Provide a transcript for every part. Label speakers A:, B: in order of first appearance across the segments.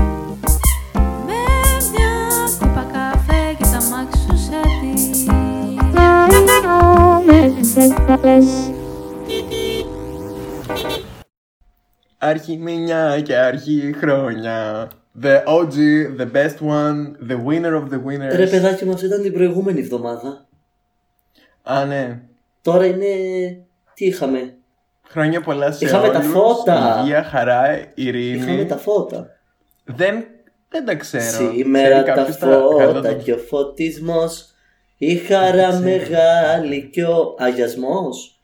A: Με μια κούπα καφέ και τα μάξι σου σε τη.
B: Αρχή μηνιά και αρχή χρόνια. The OG, the best one, the winner of the winners.
C: Ρε παιδάκι μου, αυτή ήταν την προηγούμενη εβδομάδα.
B: Α, ναι.
C: Τώρα είναι. Τι είχαμε.
B: Χρόνια πολλά σε
C: Είχαμε τα
B: όλους.
C: φώτα.
B: Υγεία, χαρά, ειρήνη.
C: Είχαμε τα φώτα.
B: Δεν, δεν τα ξέρω.
C: Σήμερα
B: Ξέρει
C: τα
B: κάποιος καλά
C: φώτα
B: τα-
C: και ο φωτισμός Η χαρά μεγάλη και ο αγιασμός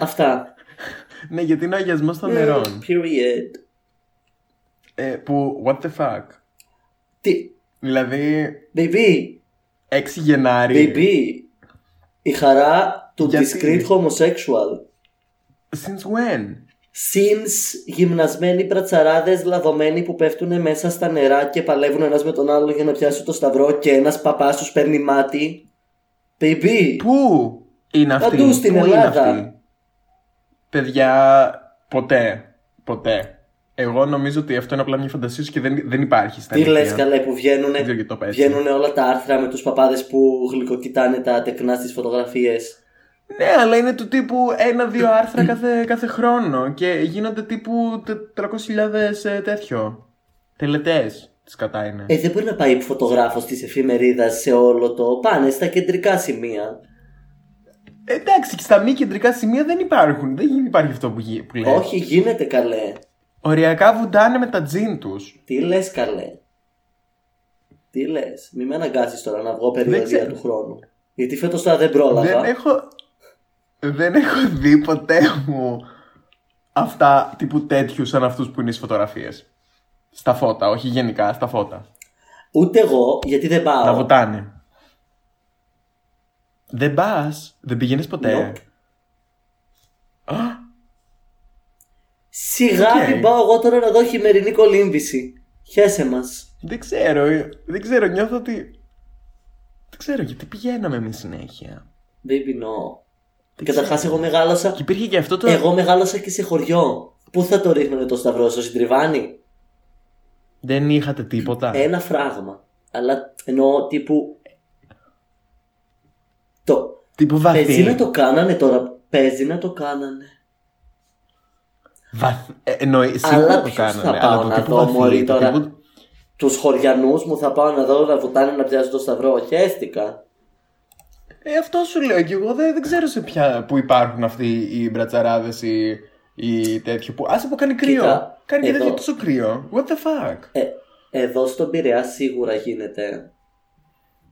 C: Αυτά
B: Ναι, γιατί είναι ο αγιασμός των νερών.
C: Period
B: Ε, που, what the fuck.
C: Τι,
B: Δηλαδή,
C: baby,
B: 6 Γενάρη.
C: baby Η χαρά του
B: Γιατί?
C: discreet homosexual
B: Since when?
C: Sims γυμνασμένοι πρατσαράδες λαδωμένοι που πέφτουν μέσα στα νερά και παλεύουν ένας με τον άλλο για να πιάσουν το σταυρό και ένας παπάς τους παίρνει μάτι. Baby,
B: Πού είναι αυτή.
C: Παντού στην
B: Πού
C: Ελλάδα.
B: Είναι αυτή? Παιδιά, ποτέ. Ποτέ. Εγώ νομίζω ότι αυτό είναι απλά μια φαντασία σου και δεν, δεν υπάρχει στα
C: τι λες καλέ που βγαίνουν,
B: Δεν ξέρω γιατί το είπα έτσι.
C: βγαίνουν όλα τα άρθρα με τους παπάδες που γλυκοκοιτάνε τα τεκνά στις φωτογραφίες.
B: Ναι, αλλά είναι του τύπου ένα-δύο άρθρα κάθε, κάθε χρόνο και γίνονται τύπου 400.000 ε, τέτοιο. Τελετές τη κατά είναι.
C: Ε, δεν μπορεί να πάει φωτογράφος της εφημερίδας σε όλο το. Πάνε στα κεντρικά σημεία.
B: Ε, εντάξει, και στα μη κεντρικά σημεία δεν υπάρχουν. Δεν υπάρχει αυτό που, γι- που λέει.
C: Όχι, γίνεται καλέ.
B: Οριακά βουντάνε με τα τζιν τους.
C: Τι λες καλέ. Τι λες. Μη με αναγκάσεις τώρα να βγω περιοδία
B: ξέρω. Ναι,
C: του χρόνου. Γιατί φέτος τώρα δεν πρόλαβα.
B: Δεν έχω. Δεν έχω δει ποτέ μου αυτά τύπου τέτοιους σαν αυτούς που είναι στις φωτογραφίες. Στα φώτα, όχι γενικά, στα φώτα.
C: Ούτε εγώ, γιατί δεν πάω.
B: Να βουτάνε. Δεν πας, δεν πηγαίνει ποτέ.
C: Nope. Σιγά
B: Οκ.
C: μην πάω εγώ τώρα να δω χειμερινή κολύμβηση. Χέσε μας.
B: Δεν ξέρω, ε, δεν ξέρω, νιώθω ότι. Δεν ξέρω γιατί πηγαίναμε εμείς συνέχεια.
C: Baby no. Καταρχάς εγώ μεγάλωσα.
B: Και υπήρχε και αυτό το.
C: Εγώ μεγάλωσα και σε χωριό. Πού θα το ρίχνανε το σταυρό στο συντριβάνι.
B: Δεν είχατε τίποτα.
C: Ένα φράγμα. Αλλά εννοώ τύπου. Το.
B: Τύπου
C: Παίζει
B: βαθύ.
C: να το κάνανε τώρα. Παίζει να το κάνανε.
B: Βαθ... Ε, εννοεί,
C: Αλλά
B: σίγουρα το
C: ποιος
B: κάνανε.
C: θα
B: αλλά
C: πάω
B: το
C: να
B: τύπου
C: δω,
B: βαθύ,
C: μωρή,
B: το
C: τώρα.
B: τύπου-
C: Τους χωριανούς μου θα πάω να δω να βουτάνε να πιάσουν το σταυρό. Χαίστηκα.
B: Ε, αυτό σου λέω και εγώ δεν, δεν ξέρω σε ποια που υπάρχουν αυτοί οι μπρατσαράδες ή, ή τέτοιο που. Άσε που κάνει κρύο.
C: Κοίτα,
B: κάνει και
C: εδώ.
B: τέτοιο τόσο κρύο. What the fuck.
C: Ε, εδώ στον Πειραιά σίγουρα γίνεται.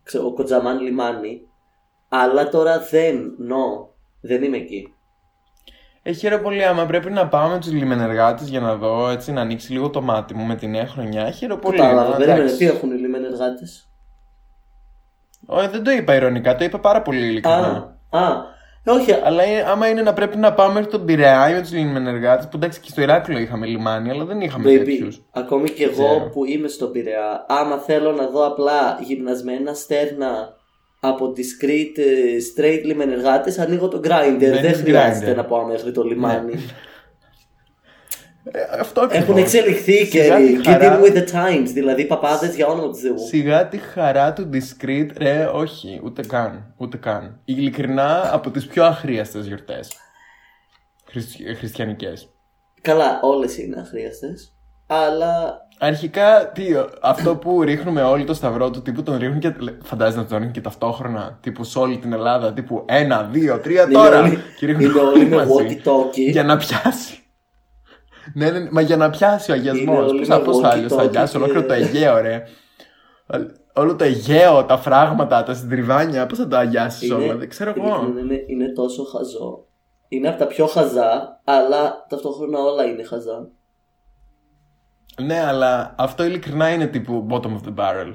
C: Ξέρω, ο Κοτζαμάν λιμάνι. Αλλά τώρα δεν. No. Δεν είμαι εκεί.
B: Ε, χαίρομαι πολύ άμα πρέπει να πάω με τους λιμενεργάτες για να δω έτσι να ανοίξει λίγο το μάτι μου με τη νέα χρονιά. Χαίρομαι πολύ.
C: Κατάλαβα.
B: μα,
C: Περίμενε.
B: εντάξει.
C: Τι έχουν οι λιμενεργάτες.
B: Ω, ε, δεν το είπα ηρωνικά, το είπα πάρα πολύ
C: Α,
B: ειλικρινά.
C: α. Ε, όχι.
B: Αλλά ε, άμα είναι να πρέπει να πάω μέχρι τον Πειραιά ή με τους λιμενεργάτες, που εντάξει και στο Ηράκλειο είχαμε λιμάνι, αλλά δεν είχαμε
C: Baby,
B: τέτοιους.
C: ακόμη και εγώ
B: Ξέρω.
C: που είμαι στον Πειραιά, άμα θέλω να δω απλά γυμνασμένα στέρνα από discreet ε, straight λιμενεργάτες, ανοίγω το grinder. Δεν
B: Μπαίνεις
C: χρειάζεται
B: Grindr.
C: να πάω μέχρι το λιμάνι.
B: Ε, αυτό
C: Έχουν
B: ακριβώς.
C: εξελιχθεί οι
B: Σιγά
C: καιροί.
B: τη
C: Get
B: χαρά.
C: in with the times. Δηλαδή παπάδες για όνομα του Θεού.
B: Σιγά τη χαρά του discreet, ρε, όχι, ούτε καν, ούτε καν. Ειλικρινά από τις πιο αχρίαστες γιορτές. Χριστι... ε, Χριστιανικές.
C: Καλά, όλες είναι αχρίαστες. Αλλά
B: Αρχικά, τι, ο- αυτό που ρίχνουμε όλοι το σταυρό του τύπου τον ρίχνουν και. λε, Φαντάζεσαι να τον ρίχνουν και ταυτόχρονα. Τύπου σε όλη την Ελλάδα. Τύπου ένα, δύο, τρία
C: είναι
B: Ε, τώρα.
C: Ναι, όλοι-
B: και ρίχνουν
C: είναι
B: όλοι
C: όλοι με
B: μαζί. Για
C: walkie-talkie.
B: να πιάσει. Ναι, ναι, ναι, μα για να πιάσει ο αγιασμό.
C: Είναι όλοι
B: Πώ
C: με
B: αυτό άλλο θα
C: walkie-talkie
B: αγιάσει
C: και-
B: ολόκληρο το Αιγαίο, ρε. Όλο- Όλο το Αιγαίο, τα φράγματα, τα συντριβάνια. Πώς θα τα αγιάσει όλα, δεν ξέρω εγώ.
C: ειλικρινά, είναι- είναι τόσο χαζό. Είναι από τα πιο χαζά, αλλά ταυτόχρονα όλα είναι χαζά.
B: Ναι, αλλά αυτό ειλικρινά είναι τύπου bottom of the barrel.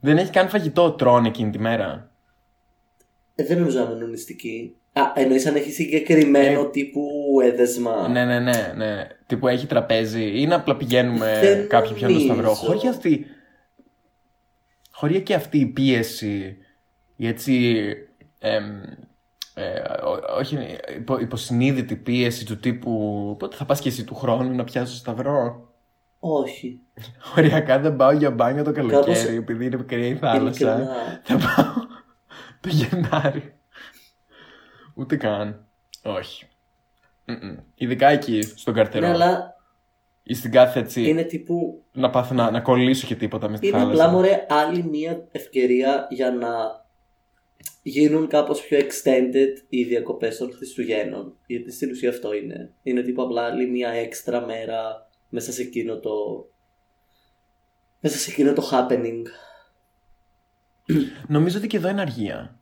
B: Δεν έχει καν φαγητό, τρώνε εκείνη τη μέρα.
C: Ε, δεν νομίζω να είναι νηστική. Α, εννοείς αν έχει συγκεκριμένο
B: Ε,
C: τύπου έδεσμα.
B: Ναι, ναι, ναι, ναι. Τύπου έχει τραπέζι ή να απλά πηγαίνουμε
C: Δεν
B: κάποιοι πιάνουν το σταυρό.
C: νομίζω.
B: Χωρί αυτή. Χωρί και αυτή η πίεση η έτσι. εμ, ε, ό- όχι, υπο- υποσυνείδητη πίεση του τύπου. Πότε θα πας και εσύ του χρόνου να πιάσεις σταυρό.
C: Όχι.
B: Οριακά δεν πάω για μπάνιο το καλοκαίρι,
C: Κάπως-
B: επειδή είναι μικρή η θάλασσα.
C: Ειλικρινά.
B: Θα πάω το Γενάρη. Ούτε καν. Όχι. Μμμ. Ειδικά εκεί, στον καρτερό.
C: Ναι, αλλά
B: Ή στην κάθε έτσι.
C: είναι τύπου.
B: Να πάθω να, να κολλήσω και τίποτα μες στη
C: Είναι
B: θάλασσα.
C: απλά μωρέ άλλη μία ευκαιρία για να γίνουν κάπως πιο extended οι διακοπές των Χριστουγέννων. Γιατί στην ουσία αυτό είναι. Είναι τύπου απλά άλλη μία έξτρα μέρα μέσα σε εκείνο το. μέσα σε εκείνο το happening.
B: Νομίζω ότι και εδώ είναι αργία.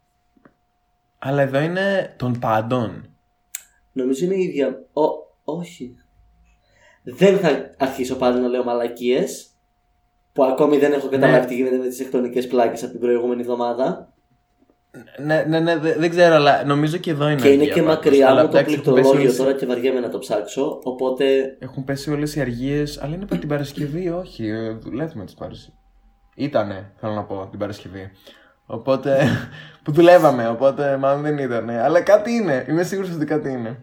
B: Αλλά εδώ είναι των πάντων.
C: Νομίζω είναι η ίδια. Ω, όχι. Δεν θα αρχίσω πάλι να λέω μαλακίες. Που ακόμη δεν έχω καταλάβει
B: Ναι.
C: τι γίνεται με τις εκτονικές πλάκες από την προηγούμενη εβδομάδα.
B: Ναι, ναι, ναι, δε- δεν ξέρω, αλλά νομίζω και εδώ είναι
C: και είναι
B: αργία
C: και
B: πάντως.
C: μακριά
B: Ναι, Αλλά
C: μου το
B: εντάξει, έχουν πέσει
C: πληκτρολόγιο
B: όλες-
C: τώρα και βαριέμαι να το ψάξω. Οπότε.
B: Έχουν πέσει όλες οι αργίες, αλλά είναι από την Παρασκευή, όχι. ε, Δουλεύουμε τις Παρασκευή. Ήτανε, θέλω να πω, την Παρασκευή. Οπότε. που δουλεύαμε, οπότε μάλλον δεν ήτανε. Αλλά κάτι είναι. Είμαι σίγουρος ότι κάτι είναι.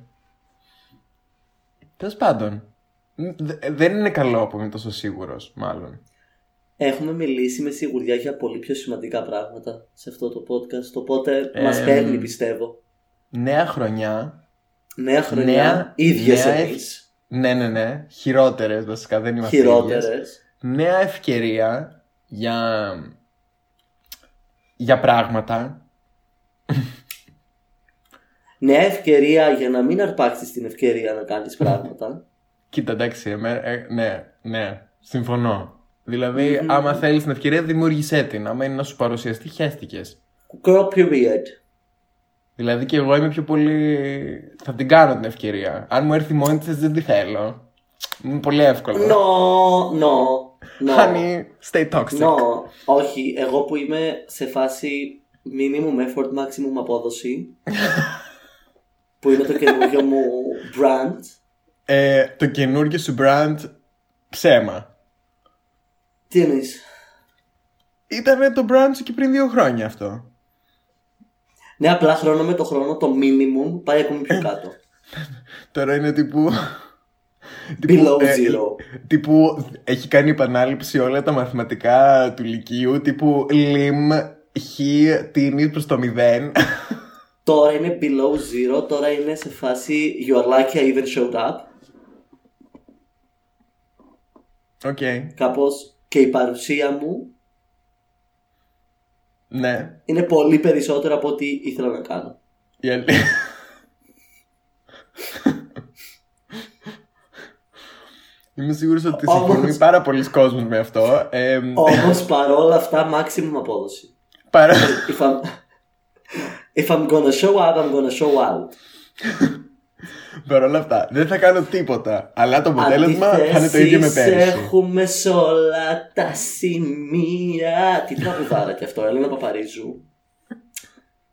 B: Τέλος πάντων. δε- Δεν είναι καλό που είμαι τόσο σίγουρος, μάλλον.
C: Έχουμε μιλήσει με σιγουριά για πολύ πιο σημαντικά πράγματα σε αυτό το podcast. Οπότε
B: Ε,
C: μας μα παίρνει,
B: μ.
C: πιστεύω.
B: Νέα χρονιά,
C: Νέα χρονιά,
B: Νέα-
C: ίδιες
B: νέα
C: εμείς.
B: Ναι, ναι, ναι. Χειρότερες βασικά, δεν είμαστε ίδιες.
C: Χειρότερε.
B: Νέα ευκαιρία για. για πράγματα.
C: Νέα ευκαιρία για να μην αρπάξεις την ευκαιρία να κάνεις πράγματα.
B: Κοίτα, εντάξει, εμέ- ε, ναι, ναι, συμφωνώ. Δηλαδή,
C: Mm-hmm.
B: άμα θέλεις την ευκαιρία, δημιούργησέ την. Άμα είναι να σου παρουσιαστεί, χαίστηκες.
C: Girl period.
B: Δηλαδή και εγώ είμαι πιο πολύ. θα την κάνω την ευκαιρία. Αν μου έρθει μόνη της, δεν τη θέλω. Είναι πολύ εύκολο.
C: No, no, no.
B: Honey, stay toxic.
C: no. Όχι, εγώ που είμαι σε φάση minimum effort, maximum απόδοση, που είναι το καινούργιο μου brand,
B: Ε, το καινούργιο σου brand ψέμα.
C: τι εννοείς?
B: Ήταν το brand σου και πριν δύο χρόνια αυτό.
C: Ναι, απλά χρόνο με το χρόνο το minimum πάει ακόμη πιο κάτω.
B: Τώρα είναι τύπου.
C: Below
B: ε,
C: zero.
B: τύπου έχει κάνει επανάληψη όλα τα μαθηματικά του Λυκείου. Τύπου λιμ, χ, τίνει προς το μηδέν.
C: Τώρα είναι below zero, τώρα είναι σε φάση Your lucky I even showed up.
B: Οκ.
C: Κάπως και η παρουσία μου
B: Ναι.
C: είναι πολύ περισσότερο από ό,τι ήθελα να κάνω.
B: Η αλή- Είμαι σίγουρος ότι
C: Όμως-
B: συμφωνεί πάρα πολλοί κόσμοι με αυτό. Ε,
C: Όμως παρόλα αυτά maximum απόδοση.
B: παρά...
C: if I'm if I'm gonna show up, I'm gonna show out.
B: Παρ' όλα αυτά, δεν θα κάνω τίποτα. Αλλά το αποτέλεσμα θα είναι το ίδιο με
C: Αντιθέσεις
B: πέρυσι.
C: Έχουμε σε όλα τα σημεία. Τι τραγουδάρα κι αυτό, Έλενα Παπαρίζου.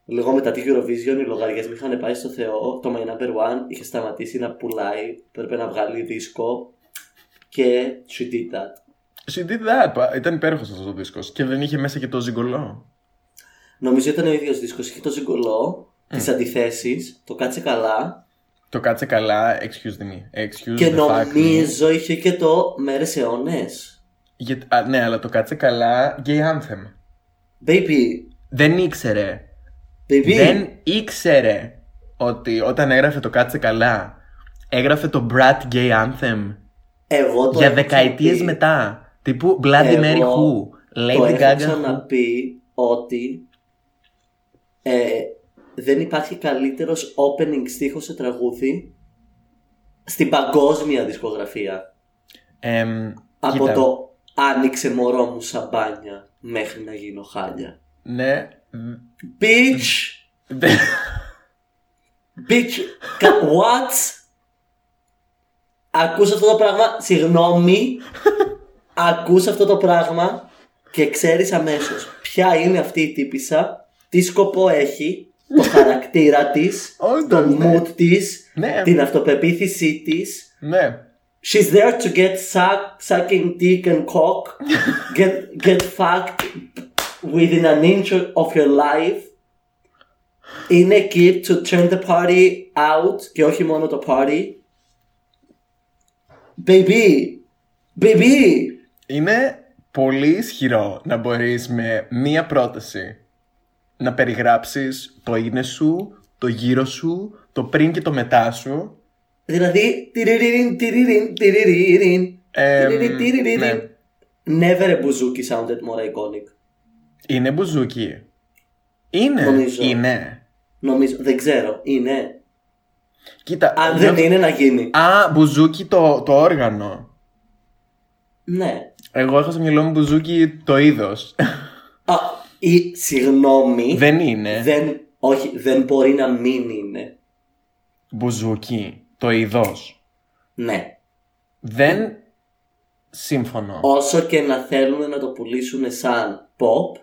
C: Λίγο μετά τη Eurovision οι λογαριασμοί είχαν πάει στο Θεό. Το My Number One είχε σταματήσει να πουλάει. Πρέπει να βγάλει δίσκο. Και she did that.
B: She did that. Πα- Ήταν υπέροχος αυτός ο δίσκος. Και δεν είχε μέσα και το ζυγκολό.
C: Νομίζω ήταν ο ίδιος δίσκος. Είχε το ζυγκολό,
B: Mm.
C: τις τι αντιθέσεις, το κάτσε καλά.
B: Το κάτσε καλά. Excuse me. Excuse
C: Και
B: Mm, the fuck me.
C: νομίζω είχε και το μέρες αιώνες.
B: Γιατί- α, ναι, αλλά το κάτσε καλά. Gay anthem.
C: Baby,
B: Δεν ήξερε.
C: baby.
B: Δεν ήξερε ότι όταν έγραφε το κάτσε καλά, έγραφε το Brat Gay Anthem
C: Εγώ το
B: για
C: έχω
B: δεκαετίες
C: ξαναπεί.
B: μετά. Τύπου Bloody
C: Εγώ
B: Mary Who.
C: το
B: Lady
C: έχω
B: Gaga. Who.
C: ξαναπεί ότι ε, δεν υπάρχει καλύτερος opening στίχος σε τραγούδι στην παγκόσμια δισκογραφία.
B: Εμ,
C: Από
B: κοίτα.
C: το άνοιξε μωρό μου σαμπάνια μέχρι να γίνω χάλια.
B: Ναι.
C: Bitch!
B: Δε-
C: Bitch, κα- what? Ακούς αυτό το πράγμα, συγγνώμη, ακούς αυτό το πράγμα και ξέρεις αμέσως ποια είναι αυτή η τύπησα, τι σκοπό έχει, το χαρακτήρα της, το
B: Όντως, ναι.
C: mood της,
B: Ναι.
C: την αυτοπεποίθησή της.
B: Ναι.
C: She's there to get sucked, sucking dick and cock, get, get fucked within an inch of your life. Είναι εκεί to turn the party out και όχι μόνο το party. Baby! Baby!
B: Είναι πολύ ισχυρό να μπορείς με μία πρόταση να περιγράψεις το είναι σου, το γύρο σου, το πριν και το μετά σου.
C: Δηλαδή. τυρίριν, τυρίριν, τυρίριν,
B: Εμ,
C: τυρίριν, τυρίριν.
B: ναι.
C: Never a Buzuki sounded more iconic.
B: Είναι μπουζούκι. Είναι.
C: Νομίζω.
B: Είναι.
C: Νομίζω, δεν ξέρω, είναι.
B: Κοίτα.
C: Αν
B: νιώθω-
C: δεν είναι να γίνει.
B: Α, μπουζούκι το, το όργανο.
C: Ναι.
B: Εγώ έχω στο μυαλό μου μπουζούκι το είδος.
C: Α, ή, συγγνώμη.
B: δεν είναι.
C: δεν- όχι, δεν μπορεί να μην είναι.
B: Μπουζούκι το είδος.
C: Ναι.
B: Δεν
C: Ε.
B: σύμφωνο.
C: Όσο και να θέλουν να το πουλήσουν σαν pop,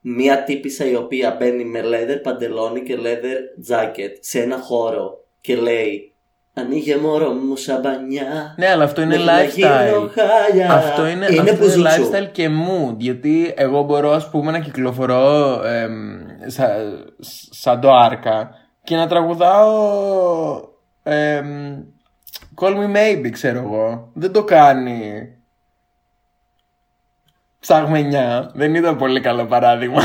C: μία τύπησα η οποία μπαίνει με leather παντελόνι και leather jacket σε ένα χώρο και λέει «Ανοίγε μωρό μου σαμπανιά,
B: Ναι, αλλά αυτό είναι
C: μέχρι να γίνω
B: lifestyle.
C: χάλια».
B: Αυτό
C: Ε,
B: είναι, αυτό
C: μπουζούτσου.
B: είναι lifestyle και mood. Γιατί εγώ μπορώ, ας πούμε, να κυκλοφορώ εμ, σα- σ- σαν το άρκα και να τραγουδάω. εμ, call me maybe, ξέρω εγώ. Δεν το κάνει. Ψαγμενιά. Δεν ήταν πολύ καλό παράδειγμα.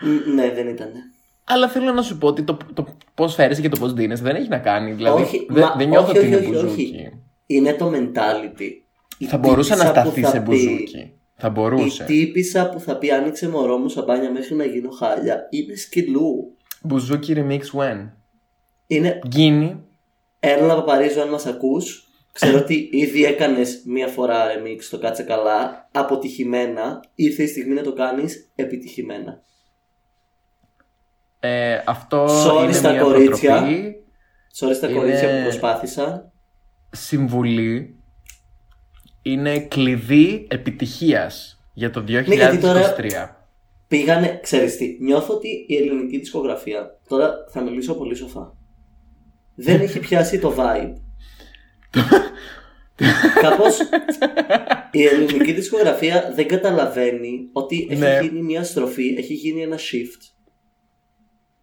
C: Μ, Ναι, δεν ήτανε.
B: Αλλά θέλω να σου πω ότι το, το πώς φέρεσαι και το πώς δίνεσαι δεν έχει να κάνει. Δηλαδή,
C: Όχι,
B: δεν,
C: μα-
B: δεν νιώθω
C: όχι,
B: ότι είναι
C: όχι, όχι, όχι.
B: μπουζούκι.
C: Είναι το mentality. Η
B: Θα μπορούσε να
C: τύπησα που
B: σταθείς
C: θα
B: σε
C: πει-
B: μπουζούκι. Θα μπορούσε.
C: Η τύπησα που θα πει άνοιξε μωρό μου σαμπάνια μέχρι να γίνω χάλια είναι σκυλού.
B: Μπουζούκι remix when.
C: Είναι
B: Γίνει.
C: Έρνα Παπαρίζου, αν μας ακούς, ξέρω ότι ήδη έκανες μία φορά remix το κάτσε καλά, αποτυχημένα. Ήρθε η στιγμή να το κάνεις επιτυχημένα.
B: Ε, αυτό
C: Sorry
B: είναι
C: στα
B: μια
C: κορίτσια.
B: προτροπή,
C: Sorry στα
B: Είναι-
C: κορίτσια που προσπάθησαν.
B: συμβουλή. Είναι κλειδί επιτυχίας για το 2023.
C: Ναι, γιατί τώρα- Πήγανε, ξέρεις τι, νιώθω ότι η ελληνική δισκογραφία, τώρα θα μιλήσω πολύ σοφά, δεν έχει πιάσει το vibe. Κάπως η ελληνική δισκογραφία δεν καταλαβαίνει ότι έχει
B: Ναι.
C: γίνει μια στροφή, έχει γίνει ένα shift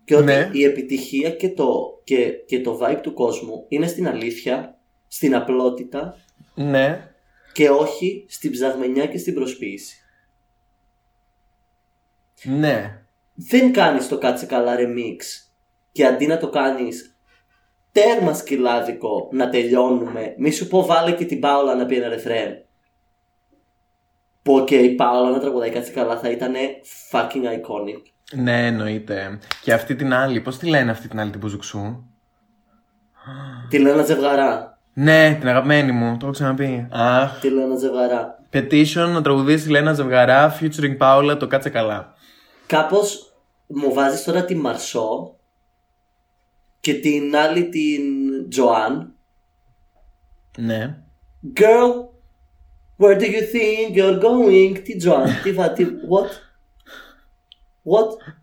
C: και ότι
B: Ναι.
C: η επιτυχία και το, και, και το vibe του κόσμου είναι στην αλήθεια, στην απλότητα
B: Ναι.
C: και όχι στην ψαγμενιά και στην προσποίηση.
B: Ναι.
C: δεν κάνεις το κάτσε καλά remix και αντί να το κάνεις τέρμα σκυλάδικο να τελειώνουμε μη σου πω βάλε και την Πάολα να πει ένα ρεφρέν που οκ η Πάολα να τραγουδάει κάτσε καλά θα ήταν fucking iconic
B: Ναι, εννοείται. Και αυτή την άλλη, πώς τη λένε αυτή την άλλη την μπουζουξού.
C: τη λέω ένα ζευγαρά
B: Ναι, την αγαπημένη μου, το έχω ξαναπεί. Αχ.
C: τη λέω ένα ζευγαρά
B: Petition να τραγουδήσει Λένα Ζευγαρά, featuring Paula, το κάτσε καλά.
C: κάπως μου βάζεις τώρα τη Μαρσό και την άλλη την Τζοάν
B: Ναι.
C: Girl, where do you think you're going? Τι Τζοάν, τι βα, τι, what? What?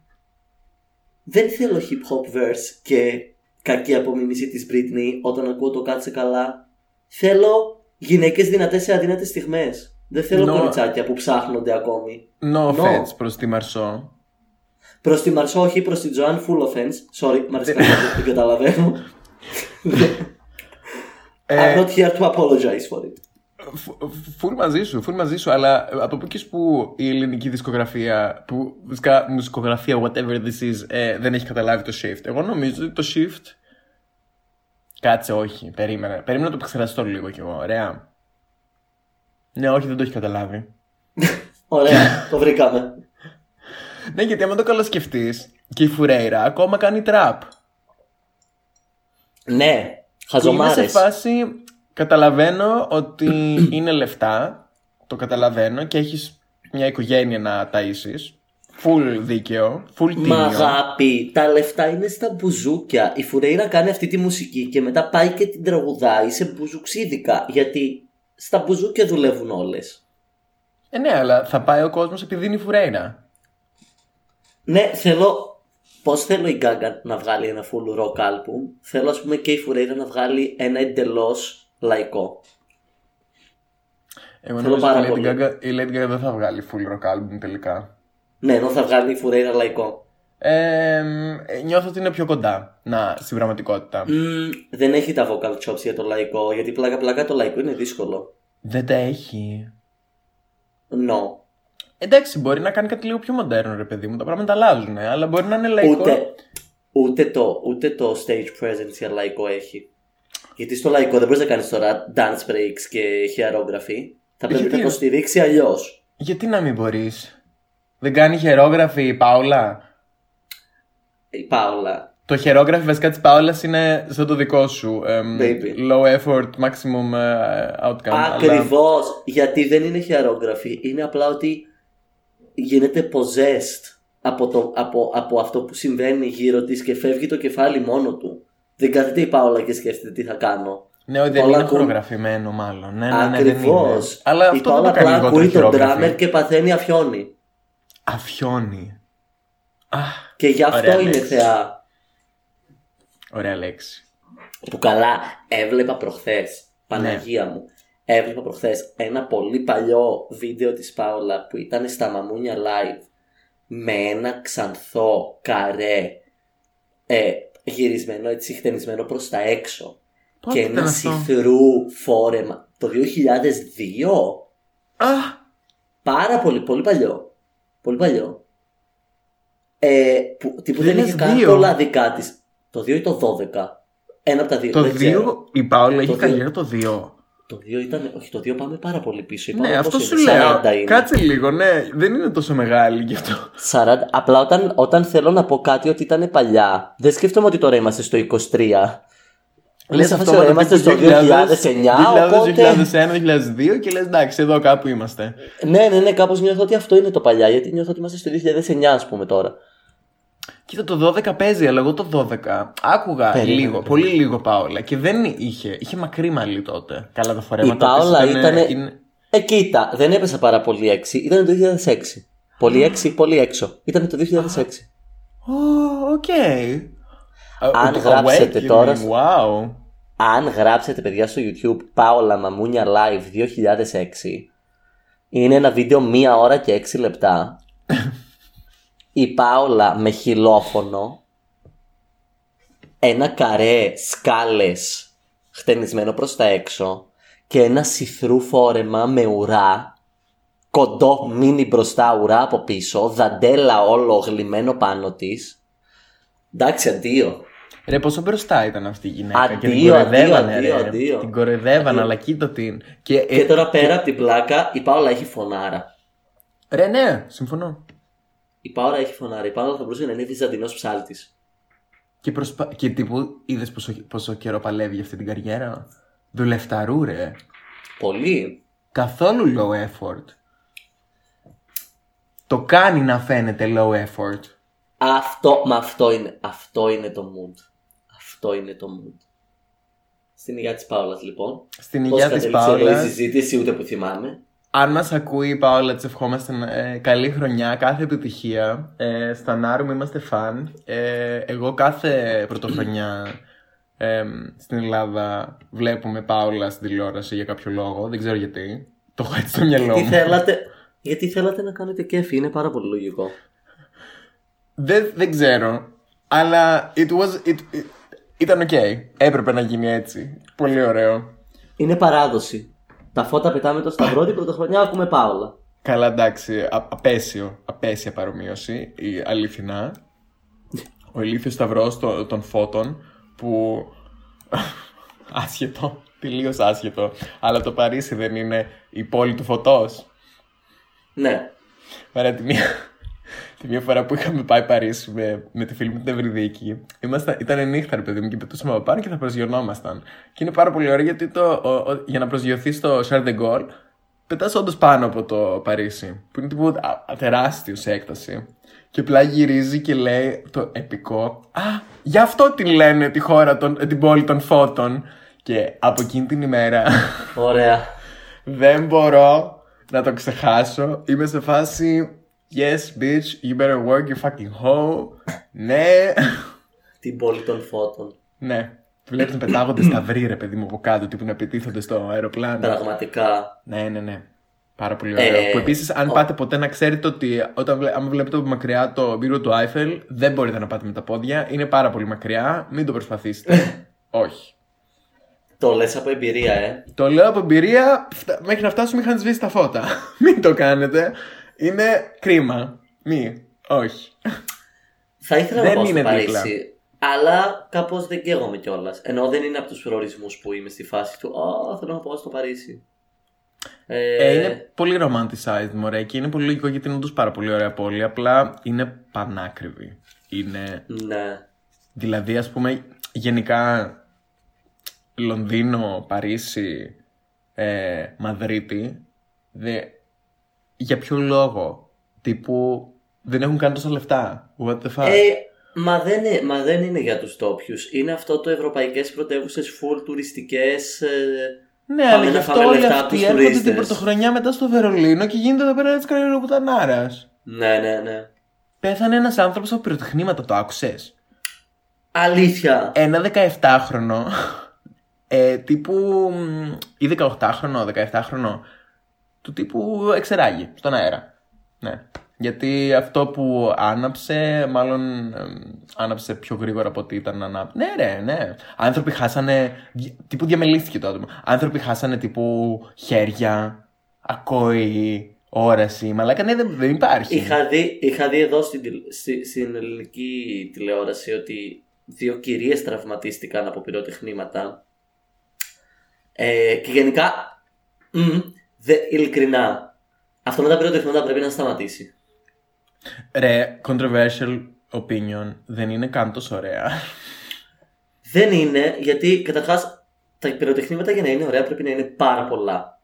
C: Δεν θέλω hip hop verse και κακή απομίμηση της Britney όταν ακούω το κάτσε καλά. Θέλω γυναίκες δυνατές σε αδύνατες στιγμές. Δεν θέλω
B: No.
C: κοριτσάκια που ψάχνονται ακόμη.
B: No
C: No.
B: offense προς τη Μαρσό.
C: Προς τη Μαρσό, όχι προς την Τζοάν, full offense. Sorry, μ' αρέσει καθόλου, δεν καταλαβαίνω.
B: Ε,
C: I'm not here to apologize for it.
B: Φου- Φουλ μαζί σου, φουλ μαζί σου, αλλά ε, από πού και που η ελληνική δισκογραφία, που βασικά μουσικογραφία, whatever this is, ε, δεν έχει καταλάβει το shift. Εγώ νομίζω ότι το shift. Κάτσε, όχι, περίμενα. Περίμενα να το επεξεργαστώ λίγο κι εγώ, ωραία. Ναι, όχι, δεν το έχει καταλάβει.
C: Ωραία, το βρήκαμε.
B: Ναι, γιατί άμα το καλοσκεφτεί και η Φουρέιρα ακόμα κάνει τραπ.
C: Ναι,
B: Που Είμαι σε
C: χαζομάρες.
B: φάση. Καταλαβαίνω ότι είναι λεφτά. Το καταλαβαίνω και έχεις μια οικογένεια να τασει. Full δίκαιο. Full τίμιο.
C: Μα αγάπη, τα λεφτά είναι στα μπουζούκια. Η Φουρέιρα κάνει αυτή τη μουσική και μετά πάει και την τραγουδάει σε μπουζουξίδικα. Γιατί στα μπουζούκια δουλεύουν όλες.
B: Ε, ναι, αλλά θα πάει ο κόσμος επειδή είναι η φουρέιρα.
C: Ναι, θέλω. Πώς θέλω η Γκάγκα να βγάλει ένα full rock album, θέλω ας πούμε και η Φουρέιρα να βγάλει ένα εντελώς λαϊκό.
B: Εγώ
C: Θέλω
B: νομίζω
C: πάρα
B: ότι η Lady
C: πολύ.
B: Gaga, η Lady Gaga δεν θα βγάλει full rock album τελικά.
C: Ναι, ενώ θα βγάλει η Φουρέιρα λαϊκό.
B: Ε, μ, νιώθω ότι είναι πιο κοντά να, στην πραγματικότητα.
C: Μμμ, δεν έχει τα vocal chops για το λαϊκό, γιατί πλάκα-πλάκα το λαϊκό είναι δύσκολο.
B: Δεν τα έχει.
C: No.
B: Εντάξει, μπορεί να κάνει κάτι λίγο πιο μοντέρνο, ρε παιδί μου. Τα πράγματα αλλάζουν, αλλά μπορεί να είναι λαϊκό.
C: Ούτε, ούτε, το, ούτε το stage presence για λαϊκό έχει. Γιατί στο λαϊκό δεν μπορείς να κάνεις τώρα dance breaks και χειρόγραφη. Θα πρέπει
B: Ε, Γιατί?
C: να το στηρίξει αλλιώς.
B: Γιατί να μην μπορείς. Δεν κάνει χερόγραφη η Πάολα.
C: Η Ε, Πάολα.
B: Το χερόγραφη βασικά της Πάολας είναι σαν το δικό σου. εμ,
C: Baby.
B: Low effort, maximum ε, outcome. αλλά-
C: Ακριβώς. Γιατί δεν είναι χειρόγραφη. Είναι απλά ότι γίνεται possessed από, το, από, από αυτό που συμβαίνει γύρω της και φεύγει το κεφάλι μόνο του. Δεν κάθεται η Πάολα και σκέφτεται τι θα κάνω.
B: Ναι, ότι δεν
C: Πολλά
B: είναι
C: ακούν.
B: χορογραφημένο μάλλον. Ναι, ναι, ναι, δεν
C: Ακριβώ.
B: είναι. Αλλά
C: η
B: αυτό δεν
C: Πάολα
B: το κάνει
C: απλά
B: λιγότερο
C: ακούει τον
B: χειρόγραφη.
C: drummer και παθαίνει αφιόνι.
B: Αφιώνει. Αχ,
C: Και γι' αυτό
B: Ωραία ναι.
C: είναι
B: λέξη.
C: θεά.
B: ωραία λέξη.
C: Που καλά, έβλεπα προχθές. Παναγία
B: Ναι.
C: μου. Έβλεπα προχθές ένα πολύ παλιό βίντεο της Πάολα που ήταν στα Μαμούνια Live με ένα ξανθό καρέ ε, γυρισμένο έτσι χτενισμένο προς τα έξω
B: Πότε
C: και
B: ήταν
C: ένα
B: αυτό?
C: σιθρού φόρεμα το 2002
B: Αχ,
C: Πάρα πολύ, πολύ παλιό. Πολύ παλιό. Ε, που, τύπου
B: Δεν
C: δεν είχε
B: λες
C: καν
B: δύο.
C: πολλά δικά τη. Το 2 ή το 12. Ένα από τα δύο.
B: το
C: δεν ξέρω. Ε,
B: 2. Η Πάολα
C: Το
B: έχει
C: δύο.
B: καριέρα το 2.
C: Το 2 ήταν. Όχι, το 2 πάμε πάρα πολύ πίσω. Είπαμε
B: Ναι, αυτό
C: πόσο
B: σου
C: είναι,
B: λέω.
C: 40 είναι.
B: Κάτσε λίγο, ναι. Δεν είναι τόσο μεγάλη γι' αυτό.
C: 40. Απλά όταν, όταν θέλω να πω κάτι ότι ήταν παλιά, δεν σκέφτομαι ότι τώρα είμαστε στο 23. Λε
B: Λες
C: αυτό
B: αυτόματα
C: είμαστε στο
B: 2000,
C: 2009.
B: 2000,
C: Οπότε...
B: 2001, 2002 και λες εντάξει εδώ κάπου είμαστε.
C: Ναι, ναι, ναι, κάπως νιώθω ότι αυτό είναι το παλιά. Γιατί νιώθω ότι είμαστε στο 2009, ας πούμε τώρα.
B: Κοίτα το 12 παίζει αλλά εγώ το 12 άκουγα
C: Περίμενε.
B: λίγο, πολύ λίγο Πάολα και δεν είχε, είχε μακρύ μαλλί τότε. Καλά τα φορέματα
C: Η Πάολα
B: της
C: ήτανε-
B: είναι-
C: Ε, κοίτα, δεν έπεσα πάρα πολύ έξι. Ήταν το 2006. Πολύ έξι, πολύ έξω. Ήταν το 2006.
B: Ω, οκ.
C: Αν
B: Το
C: γράψετε
B: Awakening,
C: τώρα-
B: Wow.
C: Αν γράψετε, παιδιά, στο YouTube Πάολα Μαμούνια Live 2006, είναι ένα βίντεο μία ώρα και 6 λεπτά. Η Πάολα με χιλόφωνο, ένα καρέ σκάλες χτενισμένο προς τα έξω και ένα σιθρού φόρεμα με ουρά, κοντό μίνι μπροστά ουρά από πίσω, δαντέλα όλο γλυμμένο πάνω της. Εντάξει, αντίο.
B: Ρε, πόσο μπροστά ήταν αυτή η γυναίκα. και την
C: Αντίο,
B: κοροϊδεύανε,
C: αντίο,
B: ρε.
C: αντίο.
B: Την κοροϊδεύανε,
C: Αντίο.
B: αλλά κοίτα την. Και, ε,
C: Και τώρα πέρα από την πλάκα, η Πάολα έχει φωνάρα.
B: Ρε, ναι, συμφωνώ.
C: Η Πάολα έχει φωνάρα. Η Πάολα θα μπορούσε να είναι βυζαντινός ψάλτης.
B: Και, προσπα... και τύπου είδες πόσο, πόσο καιρό παλεύει για αυτή την καριέρα. Δουλευταρού, ρε.
C: Πολύ.
B: Καθόλου low effort. Το κάνει να φαίνεται low effort.
C: Αυτό, μα αυτό είναι, αυτό είναι το mood. Αυτό είναι το mood. Στην υγεία της Πάολα, λοιπόν.
B: Στην
C: Πώς
B: υγεία
C: κατέληξε
B: τη
C: εδώ η
B: Πάολα.
C: συζήτηση, ούτε που θυμάμαι.
B: Αν μας ακούει η Πάολα, της ευχόμαστε ε, καλή χρονιά, κάθε επιτυχία. Ε, στα Νάρου είμαστε φαν. Ε, εγώ κάθε πρωτοχρονιά ε, στην Ελλάδα βλέπουμε Πάολα στην τηλεόραση για κάποιο λόγο. Δεν ξέρω γιατί. Το έχω έτσι στο μυαλό
C: Γιατί
B: μου.
C: θέλατε, γιατί θέλατε να κάνετε κέφι, είναι πάρα πολύ λογικό.
B: Δεν, δεν ξέρω. Αλλά it was, it, it- ήταν οκ. Έπρεπε να γίνει έτσι. Πολύ ωραίο.
C: Είναι παράδοση. Τα φώτα πετάμε το σταυρό, την πρωτοχρονιά ακούμε Πάολα.
B: Καλά, εντάξει. α- απέσιο. Απέσια παρομοίωση. Η αληθινά. Ο ηλίθιος σταυρός το- των φώτων που... άσχετο. Τελείως άσχετο. Αλλά το Παρίσι δεν είναι η πόλη του φωτός.
C: Ναι.
B: Άρα τη μία, τη μία φορά που είχαμε πάει Παρίσι με, με τη φίλη μου την Ευρυδίκη, ήμασταν, ήταν νύχτα ρε παιδί μου και πετούσαμε από πάνω και θα προσγειωνόμασταν. Και είναι πάρα πολύ ωραίο γιατί το, ο- ο- για να προσγειωθείς στο Charles de Gaulle, πετάς όντως πάνω από το Παρίσι, που είναι τύπου τεράστιο σε έκταση. Και απλά γυρίζει και λέει το επικό. Α, γι' αυτό την λένε τη χώρα των, την πόλη των φώτων. Και από εκείνη την ημέρα
C: Ωραία.
B: δεν μπορώ να το ξεχάσω. Είμαι σε φάση. Yes, bitch, you better work your fucking hoe. ναι.
C: Την πόλη των φώτων.
B: ναι. Βλέπεις να πετάγονται σταυροί, ρε παιδί μου, από κάτω, τύπου να επιτίθονται στο αεροπλάνο.
C: Πραγματικά.
B: ναι, ναι, ναι. Πάρα πολύ
C: Ε,
B: ωραίο. που επίσης, αν
C: ο-
B: πάτε ποτέ να ξέρετε ότι όταν βλέ- άμα βλέπετε από μακριά το πύργο του Άιφελ, δεν μπορείτε να πάτε με τα πόδια. Είναι πάρα πολύ μακριά. Μην το προσπαθήσετε. Όχι.
C: Το λες από εμπειρία, ε.
B: Το λέω από εμπειρία, φτα- μέχρι να φτάσουμε είχαν σβήσει τα φώτα. Μην το κάνετε. Είναι κρίμα. Μη. Όχι.
C: Θα ήθελα
B: Δεν
C: να πάω
B: είναι
C: στο
B: δίπλα.
C: Παρίσι. Αλλά κάπως δεν καίγομαι κιόλας. Ενώ δεν είναι από τους προορισμούς που είμαι στη φάση του. Α, θέλω να πάω στο Παρίσι.
B: Ε,
C: Ε,
B: είναι πολύ romanticized, μωρέ, και είναι πολύ λογικό γιατί είναι όντως πάρα πολύ ωραία πόλη. Απλά είναι πανάκριβη. Είναι.
C: Ναι.
B: Δηλαδή, ας πούμε, γενικά Λονδίνο, Παρίσι, ε, Μαδρίτη, δε, για ποιο λόγο, τύπου, δεν έχουν καν τόσα λεφτά, what the fuck.
C: Ε, μα, δεν, ε- μα δεν είναι για τους τόπιους. Είναι αυτό το ευρωπαϊκές πρωτεύουσες full τουριστικές ε,
B: ναι,
C: πάμε
B: αλλά γι'
C: να
B: αυτό
C: φάμε
B: όλοι
C: λεφτά από
B: αυτοί
C: τους
B: έρχονται την
C: τουρίστες.
B: πρωτοχρονιά μετά στο Βερολίνο και γίνεται εδώ πέρα έτσι καριεροκουτανάρας.
C: Ναι, ναι, ναι.
B: Πέθανε ένας άνθρωπος από πυροτεχνήματα, το άκουσες.
C: Αλήθεια.
B: ένα 17χρονο, ε, τύπου. μ, ή 18χρονο, 17χρονο, του τύπου εξεράγει στον αέρα. Ναι. Γιατί αυτό που άναψε, μάλλον εμ, άναψε πιο γρήγορα από ό,τι ήταν να ανάπτυ. Ναι, ρε, ναι. Άνθρωποι χάσανε. δι- τύπου διαμελήθηκε το άτομο. Άνθρωποι χάσανε τύπου χέρια, ακόη, όραση. Μαλάκα, ναι, δεν, δεν υπάρχει.
C: Είχα δει, είχα δει εδώ στην, τηλε- στη- στην ελληνική τηλεόραση ότι δύο κυρίες τραυματίστηκαν από πυροτεχνήματα. Ε, και γενικά, μ, δε, ειλικρινά, αυτό με τα πυροτεχνήματα πρέπει να σταματήσει.
B: Ρε, controversial opinion, δεν είναι καν τόσο ωραία.
C: Δεν είναι, γιατί καταρχάς τα πυροτεχνήματα για να είναι ωραία πρέπει να είναι πάρα πολλά.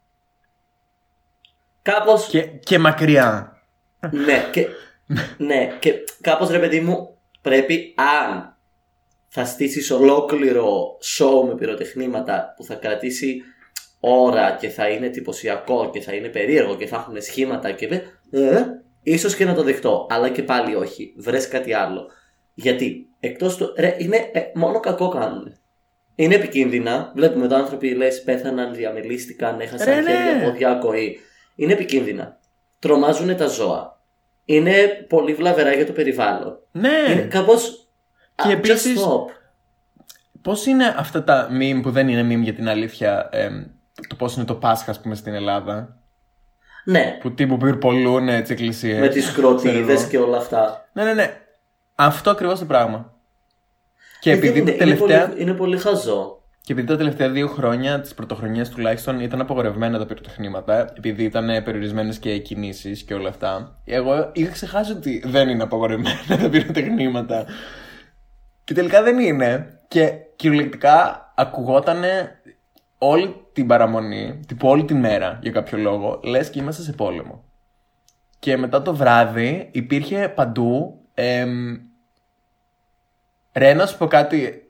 C: Κάπως.
B: Και, και μακριά.
C: ναι, και, ναι, και κάπως ρε παιδί μου, πρέπει αν θα στήσεις ολόκληρο show με πυροτεχνήματα που θα κρατήσει ώρα και θα είναι εντυπωσιακό και θα είναι περίεργο και θα έχουν σχήματα και. Ε, ίσως και να το δεχτώ, αλλά και πάλι όχι. Βρες κάτι άλλο. Γιατί εκτός του. Ρε, είναι ε, μόνο κακό κάνουν. Είναι επικίνδυνα. Βλέπουμε εδώ άνθρωποι λες πέθαναν, διαμελίστηκαν, έχασαν
B: Ρε, ναι.
C: χέρια, πόδια, ακοή. Είναι επικίνδυνα. Τρομάζουν τα ζώα. Είναι πολύ βλαβερά για το περιβάλλον. Είναι
B: Ναι.
C: κάπως.
B: Και επίσης-
C: Stop.
B: Πώς είναι αυτά τα meme που δεν είναι meme για την αλήθεια, εμ, το πώς είναι το Πάσχα, ας πούμε, στην Ελλάδα.
C: Ναι,
B: Που τύπου πυρπολούν έτσι εκκλησίες.
C: με τις κροτίδες και όλα αυτά.
B: Ναι, ναι, ναι. Αυτό ακριβώς το πράγμα. Και
C: Ε, δεν
B: επειδή,
C: είναι,
B: τα τελευταία,
C: Είναι πολύ, είναι πολύ χαζό.
B: και επειδή τα τελευταία δύο χρόνια, τις πρωτοχρονιές τουλάχιστον, ήταν απαγορευμένα τα πυροτεχνήματα, επειδή ήταν περιορισμένες και κινήσεις και όλα αυτά, εγώ είχα ξεχάσει ότι δεν είναι απαγορευμένα τα πυροτεχνήματα. Και τελικά δεν είναι. Και κυριολεκτικά ακουγότανε όλη την παραμονή, τύπου όλη τη μέρα για κάποιο λόγο, λες και είμαστε σε πόλεμο. Και μετά το βράδυ υπήρχε παντού. Εμ, ρε, να σου πω κάτι.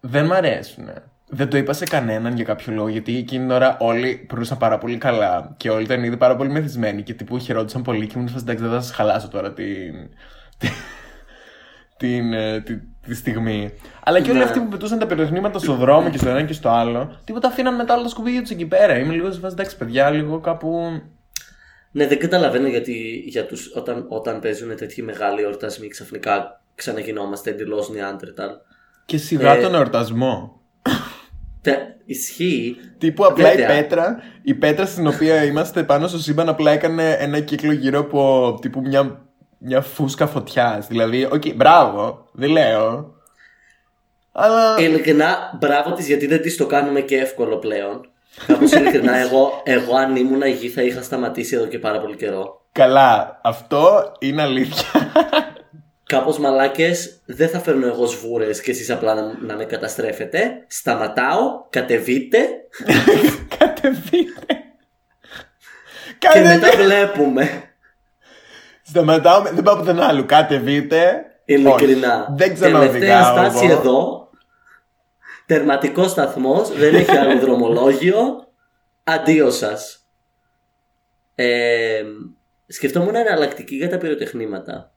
B: Δεν μ' αρέσουν. Δεν το είπα σε κανέναν για κάποιο λόγο, γιατί εκείνη την ώρα όλοι περνούσαν πάρα πολύ καλά και όλοι ήταν ήδη πάρα πολύ μεθυσμένοι και τύπου χαιρόντουσαν πολύ και ήμουν σε φάση, εντάξει, δεν θα σας χαλάσω τώρα την. την, την, ε, τη, τη στιγμή. Αλλά και όλοι
C: Ναι.
B: αυτοί που πετούσαν τα περιοχνήματα στον δρόμο και στο ένα και στο άλλο, τίποτα αφήναν μετά όλα τα σκουπίδια τους εκεί πέρα. Είμαι λίγο σε φάση, εντάξει, παιδιά, λίγο κάπου.
C: Ναι, δεν καταλαβαίνω γιατί για τους, όταν, όταν παίζουν τέτοιοι μεγάλοι εορτασμοί ξαφνικά ξαναγινόμαστε εντελώς νεάντρεταλ.
B: Και σιγά
C: Ε,
B: τον εορτασμό.
C: Τε, ισχύει.
B: Τύπου απλά η
C: Βέβαια.
B: πέτρα, η πέτρα στην οποία είμαστε πάνω στο σύμπαν απλά έκανε ένα κύκλο γύρω από τύπου μια, μια φούσκα φωτιάς. Δηλαδή, οκ, μπράβο, δεν λέω. Αλλά
C: Ε, Ειλικρινά, μπράβο της γιατί δεν της το κάνουμε και εύκολο πλέον. Κάπως ειλικρινά, εγώ, εγώ αν ήμουν γη θα είχα σταματήσει εδώ και πάρα πολύ καιρό.
B: καλά, αυτό είναι αλήθεια.
C: Κάπως μαλάκες, δεν θα φέρνω εγώ σβούρες και εσείς απλά να, να με καταστρέφετε. Σταματάω, κατεβείτε
B: Κατεβείτε.
C: και
B: Κατεβείτε.
C: μετά βλέπουμε.
B: Σταματάω, δεν πάω πουθενά άλλου. Κατεβείτε.
C: Ειλικρινά.
B: Όχι, Δεν
C: Τελευταία
B: ξαναοδηγάω
C: στάση
B: εγώ.
C: εδώ. Τερματικός σταθμός. Δεν έχει άλλο δρομολόγιο. Αντίο σας. Ε, σκεφτόμουν εναλλακτική για τα πυροτεχνήματα.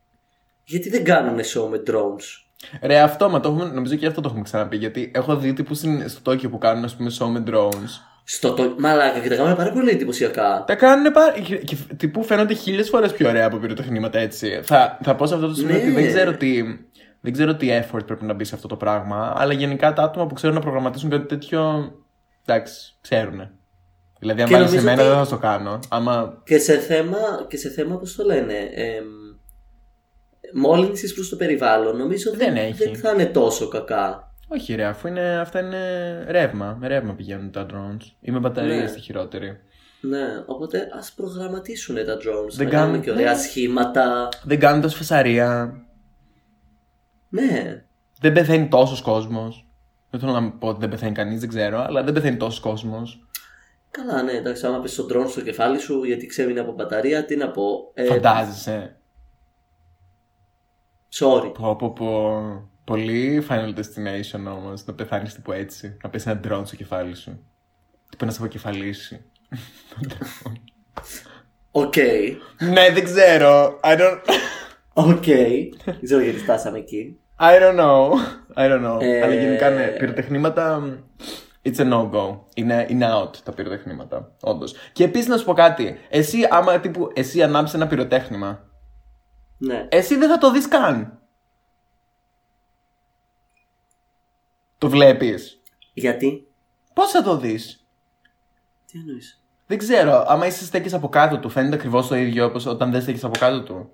C: Γιατί δεν κάνουν show με drones.
B: Ρε αυτό, μα το έχουμε, νομίζω και αυτό το έχουμε ξαναπεί. Γιατί έχω δει τύπου στην- στο Τόκιο που κάνουν, ας πούμε, show με drones.
C: Στο το... Μαλάκα και τα κάνουμε πάρα πολύ εντυπωσιακά.
B: Τα κάνουν πάρα. και Τύπου φαίνονται χίλιες φορές πιο ωραία από πυροτεχνήματα έτσι. Θα, θα πω σε αυτό το σημείο
C: Ναι.
B: ότι δεν ξέρω τι. Δεν ξέρω τι effort πρέπει να μπει σε αυτό το πράγμα, αλλά γενικά τα άτομα που ξέρουν να προγραμματίσουν κάτι τέτοιο. Εντάξει, ξέρουν. Δηλαδή, αν
C: Και
B: βάλει σε
C: νομίζω
B: μένα,
C: ότι-
B: δεν θα το κάνω. Άμα.
C: Και σε θέμα, και σε θέμα πώς το λένε, εμ, μόλυνσης προς το περιβάλλον, νομίζω δεν,
B: Δεν έχει.
C: θα είναι τόσο κακά.
B: Όχι, ρε, αφού είναι, αυτά είναι ρεύμα. Με ρεύμα πηγαίνουν τα drones. Ή με μπαταρίες
C: Ναι.
B: στη χειρότερη.
C: Ναι, οπότε ας προγραμματίσουν τα drones,
B: Δεν
C: να κάνουμε
B: κάνουν-
C: και ωραία
B: ναι.
C: σχήματα.
B: Δεν κάνουν τα σφεσαρία.
C: Ναι,
B: Δεν πεθαίνει τόσος κόσμος. Δεν θέλω να πω ότι δεν πεθαίνει κανείς, δεν ξέρω, αλλά δεν πεθαίνει τόσος κόσμος.
C: καλά ναι, εντάξει, άμα πεις τον drone στο κεφάλι σου γιατί ξέμεινε από μπαταρία, τι να πω. Ε,
B: Φαντάζεσαι.
C: Sorry.
B: Πω, πω, πω. Πολύ Final Destination όμως. Να πεθάνεις τύπου έτσι. Να πέσει ένα ντρόν στο κεφάλι σου. Τύπου να σε αποκεφαλίσει.
C: Οκ.
B: ναι, δεν ξέρω. I don't,
C: Οκ. Δεν ξέρω γιατί φτάσαμε εκεί.
B: I don't know. I don't know.
C: Ε,
B: Αλλά γενικά ναι, πυροτεχνήματα. It's a no-go. Είναι, είναι out τα πυροτεχνήματα. Όντως. Και επίσης να σου πω κάτι. Εσύ, άμα τύπου, εσύ ανάψει ένα πυροτέχνημα.
C: Ναι.
B: Εσύ δεν θα το δεις καν. Το βλέπεις.
C: Γιατί.
B: Πώς θα το δεις.
C: Τι εννοείς.
B: Δεν ξέρω. Άμα είσαι στέκεις από κάτω του, φαίνεται ακριβώς το ίδιο όπως όταν δεν στέκεις από κάτω του.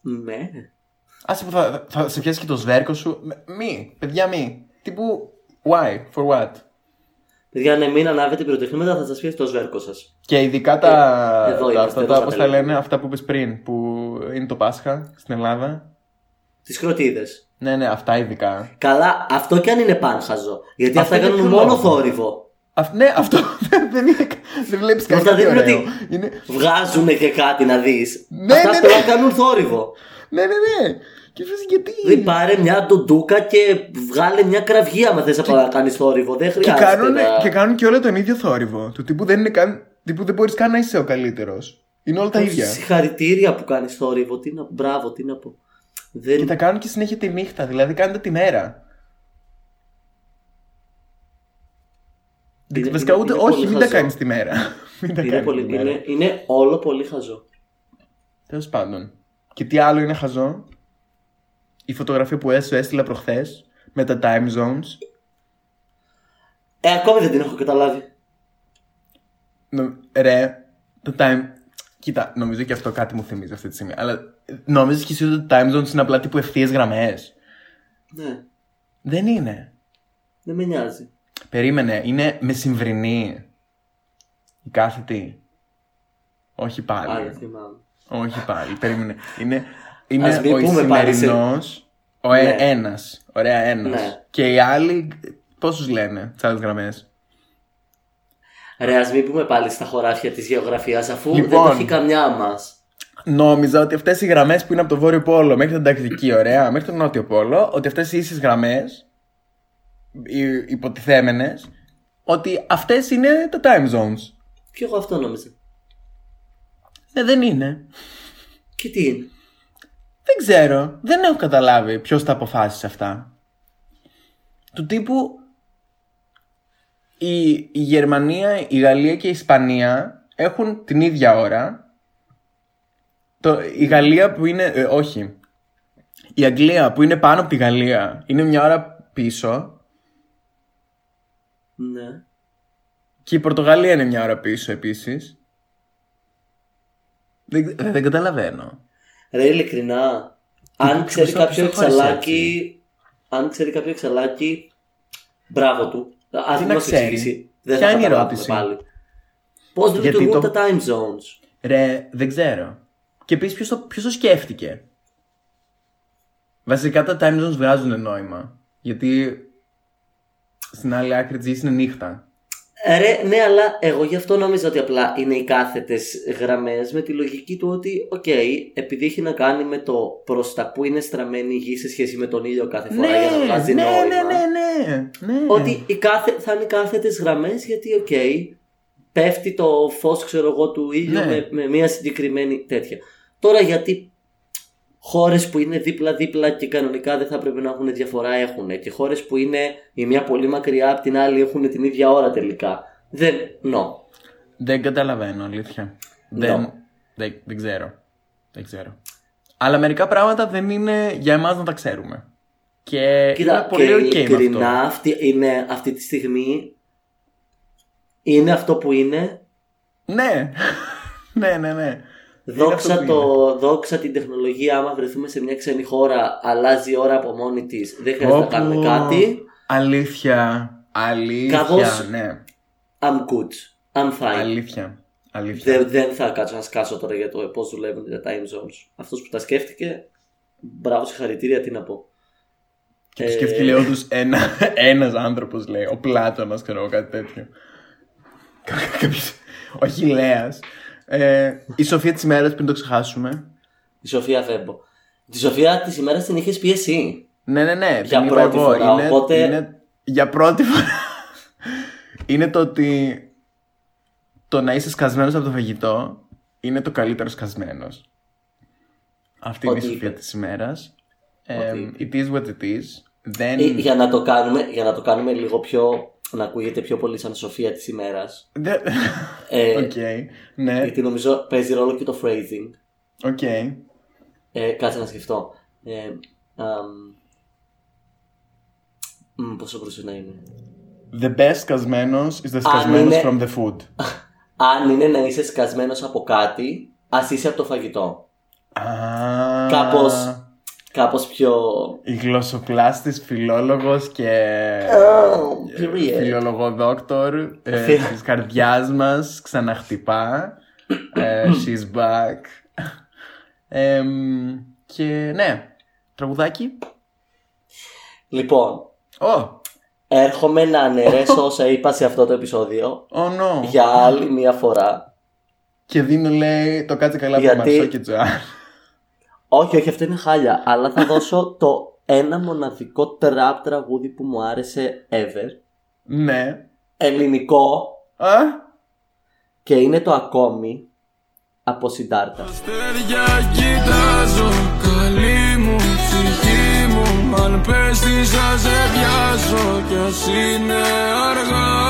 C: Ναι.
B: Άσε που θα, θα σε πιάσει και το σβέρκο σου. Μη, παιδιά μη. Τύπου, why, for what.
C: Παιδιά, ναι, μην ανάβετε πυροτεχνήματα, θα σας πιέσει το σβέρκο σας.
B: Και ειδικά τα,
C: Ε, εδώ
B: τα-
C: είμαστε,
B: αυτά
C: εδώ
B: τα,
C: στα
B: πώς τα
C: τελεία.
B: λένε, αυτά που είπες πριν, που είναι το Πάσχα στην Ελλάδα.
C: Τις κροτίδες.
B: Ναι, ναι, αυτά ειδικά.
C: Καλά, αυτό κι αν είναι πάνχαζο. Γιατί
B: Αυτό
C: αυτά
B: είναι
C: κάνουν
B: πιο
C: μόνο
B: λόγο.
C: θόρυβο.
B: Αυ- ναι, αυτό δεν είναι, δεν βλέπεις κάτι
C: Αυτά
B: τέτοιο
C: δείχνουν
B: ωραίο.
C: ότι-
B: Είναι,
C: Βγάζουν και κάτι να δεις.
B: Ναι,
C: αυτά
B: ναι,
C: απλά
B: ναι.
C: κάνουν θόρυβο.
B: Ναι, ναι, ναι. Και φυσικά γιατί.
C: Δηλαδή πάρε μια ντουντούκα και βγάλε μια κραυγή άμα θες να κάνεις θόρυβο. Δεν
B: και,
C: χρειάζεται.
B: κάνουν,
C: να...
B: και κάνουν και όλα τον ίδιο θόρυβο. Του τύπου δεν είναι καν. τύπου δεν μπορείς καν να είσαι ο καλύτερος. Είναι όλα τα ίδια.
C: Συγχαρητήρια που κάνεις θόρυβο. Τι να... Μπράβο, τι να πω. Δεν...
B: Και τα κάνουν και συνέχεια τη νύχτα, δηλαδή κάνετε τη μέρα.
C: Είναι-
B: Βασικά
C: είναι-
B: ούτε.
C: είναι
B: όχι,
C: πολύ
B: μην τα
C: χαζό.
B: κάνεις τη μέρα. Μην τα
C: είναι,
B: κάνεις
C: πολύ...
B: τη μέρα.
C: είναι, είναι όλο πολύ χαζό.
B: Τέλος πάντων. Και τι άλλο είναι χαζό. Η φωτογραφία που σου έστειλα προχθές με τα time zones.
C: Ε, ακόμη δεν την έχω καταλάβει.
B: Νο- Ρε, το time. Κοίτα, νομίζω και αυτό κάτι μου θυμίζει αυτή τη στιγμή. Αλλά νομίζεις και εσύ ότι το time zones είναι απλά τύπου ευθείες γραμμές.
C: Ναι,
B: Δεν είναι.
C: δεν με νοιάζει.
B: Περίμενε, είναι μεσημβρινή. Η κάθετη. Όχι πάλι.
C: Άρα θυμάμαι.
B: Όχι πάλι. Περίμενε. Είναι, είναι
C: Ας μην
B: ο
C: πούμε πάλι σε-
B: ισημερινός. Ο ε,
C: Ναι.
B: ένας. Ωραία, ένας.
C: Ναι.
B: Και οι άλλοι. Πόσους λένε, τις άλλες γραμμές.
C: Ρε, ας μην πούμε πάλι στα χωράφια της γεωγραφίας αφού δεν
B: Λοιπόν.
C: έχει καμιά μας.
B: Νόμιζα ότι αυτές οι γραμμές που είναι από το Βόρειο Πόλο μέχρι την Τακτική, ωραία, μέχρι τον Νότιο Πόλο, ότι αυτές οι ίσες γραμμές, υποτιθέμενες, ότι αυτές είναι τα time zones.
C: Και εγώ αυτό νόμιζα.
B: Ναι, δεν είναι.
C: Και τι είναι.
B: Δεν ξέρω. Δεν έχω καταλάβει ποιος τα αποφάσισε αυτά. Του τύπου. Η, η Γερμανία, η Γαλλία και η Ισπανία έχουν την ίδια ώρα. Το, η Γαλλία που είναι. ε, όχι. Η Αγγλία που είναι πάνω από τη Γαλλία είναι μια ώρα πίσω.
C: Ναι.
B: Και η Πορτογαλία είναι μια ώρα πίσω επίσης. Δεν, δεν καταλαβαίνω.
C: Ρε, ειλικρινά, αν
B: Τι-
C: ξέρει
B: ποιος-
C: κάποιο
B: ποιος το χώρισε
C: εξαλάκι. Αν ξέρει κάποιο εξαλάκι. Μπράβο του. Α
B: Τι
C: μην
B: να
C: μας
B: ξέρει.
C: εξηγήσει. Δεν
B: Ποια
C: θα
B: είναι η
C: καταλάβουμε
B: ερώτηση?
C: πάλι. Πώς
B: Γιατί
C: λειτουργούν
B: το-
C: τα time zones.
B: Ρε, δεν ξέρω. Και επίσης, ποιος το, ποιος το σκέφτηκε. Βασικά τα time zones βγάζουν νόημα. Γιατί στην άλλη άκρη της γης είναι νύχτα.
C: Ρε, ναι, αλλά εγώ γι' αυτό νόμιζα ότι απλά είναι οι κάθετες γραμμές με τη λογική του ότι, οκ, επειδή έχει να κάνει με το προς τα που είναι στραμμένη η γη σε σχέση με τον ήλιο κάθε φορά για να βγάζει
B: ναι,
C: νόημα.
B: ναι, ναι, ναι, ναι.
C: Ότι οι κάθε, θα είναι κάθετες γραμμές γιατί, οκ, πέφτει το φως, ξέρω εγώ, του ήλιου
B: Ναι.
C: με, με μια συγκεκριμένη τέτοια. Τώρα γιατί χώρες που είναι δίπλα-δίπλα και κανονικά δεν θα πρέπει να έχουν διαφορά έχουν. Και χώρες που είναι η μία πολύ μακριά από την άλλη έχουν την ίδια ώρα τελικά. Δεν. No.
B: Δεν καταλαβαίνω, αλήθεια. Δεν, δεν, δεν ξέρω. Δεν ξέρω. Αλλά μερικά πράγματα δεν είναι για εμάς να τα ξέρουμε. Και Ε, είναι πολύ οκ
C: και
B: okay με αυτό.
C: ειλικρινά αυτή, είναι, αυτή τη στιγμή είναι αυτό που είναι.
B: Ναι. ναι, ναι, ναι. Είναι αυτό
C: Δόξα,
B: που
C: το, δόξα την τεχνολογία, άμα βρεθούμε σε μια ξένή χώρα, αλλάζει η ώρα από μόνη της. Δεν χρειάζεται να
B: Όπου-
C: κάνουμε κάτι.
B: Αλήθεια. Αλήθεια.
C: Καθώς-
B: Ναι.
C: I'm good. I'm fine.
B: Αλήθεια. Αλήθεια.
C: Δεν, δεν θα κάτσω να σκάσω τώρα για το πώς δουλεύουν τα time zones. Αυτός που τα σκέφτηκε, μπράβο, συγχαρητήρια, τι να πω. Ε,
B: Και του σκέφτηκε λέω του ένα ένας άνθρωπος, λέει. Ο Πλάτωνας, ξέρω εγώ, κάτι τέτοιο. Κα- κάποιος- Ο Χιλέας. η σοφία της μέρα πριν το ξεχάσουμε.
C: Τη Σοφία Βέμπο. Τη Σοφία της ημέρας την είχες πει εσύ.
B: Ναι, ναι, ναι.
C: Για
B: την είπα
C: πρώτη
B: εγώ.
C: φορά,
B: είναι,
C: οπότε-
B: είναι- για πρώτη φορά. είναι το ότι το να είσαι σκασμένος από το φαγητό είναι το καλύτερο σκασμένος. Αυτή είναι η
C: Ό,τι
B: σοφία
C: είπε.
B: της ημέρας.
C: Ό,τι
B: it is what it is. Δεν,
C: Ε, για, να το κάνουμε, για να το κάνουμε λίγο πιο. να ακούγεται πιο πολύ σαν Σοφία της ημέρας.
B: δεν-
C: Ε,
B: Οκ. Ναι.
C: Γιατί νομίζω παίζει ρόλο και το phrasing.
B: Οκ.
C: Ε, κάτσε να σκεφτώ. Ε, αμ, μ, πόσο μπορούσε να είναι.
B: The best σκασμένος is the σκασμένος
C: είναι-
B: from the food.
C: Αν είναι να είσαι σκασμένος από κάτι, ας είσαι από το φαγητό.
B: Α,
C: Κάπως Κάπως πιο.
B: Η γλωσσοπλάστης, φιλόλογος και
C: Ε, Period.
B: φιλολογοδόκτωρ ε,
C: Φι-
B: της καρδιάς μας ξαναχτυπά. Ε, she's back. Εμ, και ναι, τραγουδάκι.
C: Λοιπόν,
B: Oh,
C: έρχομαι να αναιρέσω όσα είπα σε αυτό το επεισόδιο
B: oh no.
C: για άλλη μία φορά.
B: Και δίνω λέει το κάτσε καλά
C: Γιατί-
B: που μαρσό και τζοάν.
C: Όχι, όχι, αυτό είναι χάλια. Αλλά θα δώσω το ένα μοναδικό τραπ τραγούδι που μου άρεσε ever.
B: ναι.
C: Ελληνικό
B: Α,
C: και είναι το ακόμη από Συντάρτα.
D: Αστέρια κοιτάζω, καλή μου ψυχή μου Αν πέστησα σε βιάζω κι ας είναι αργά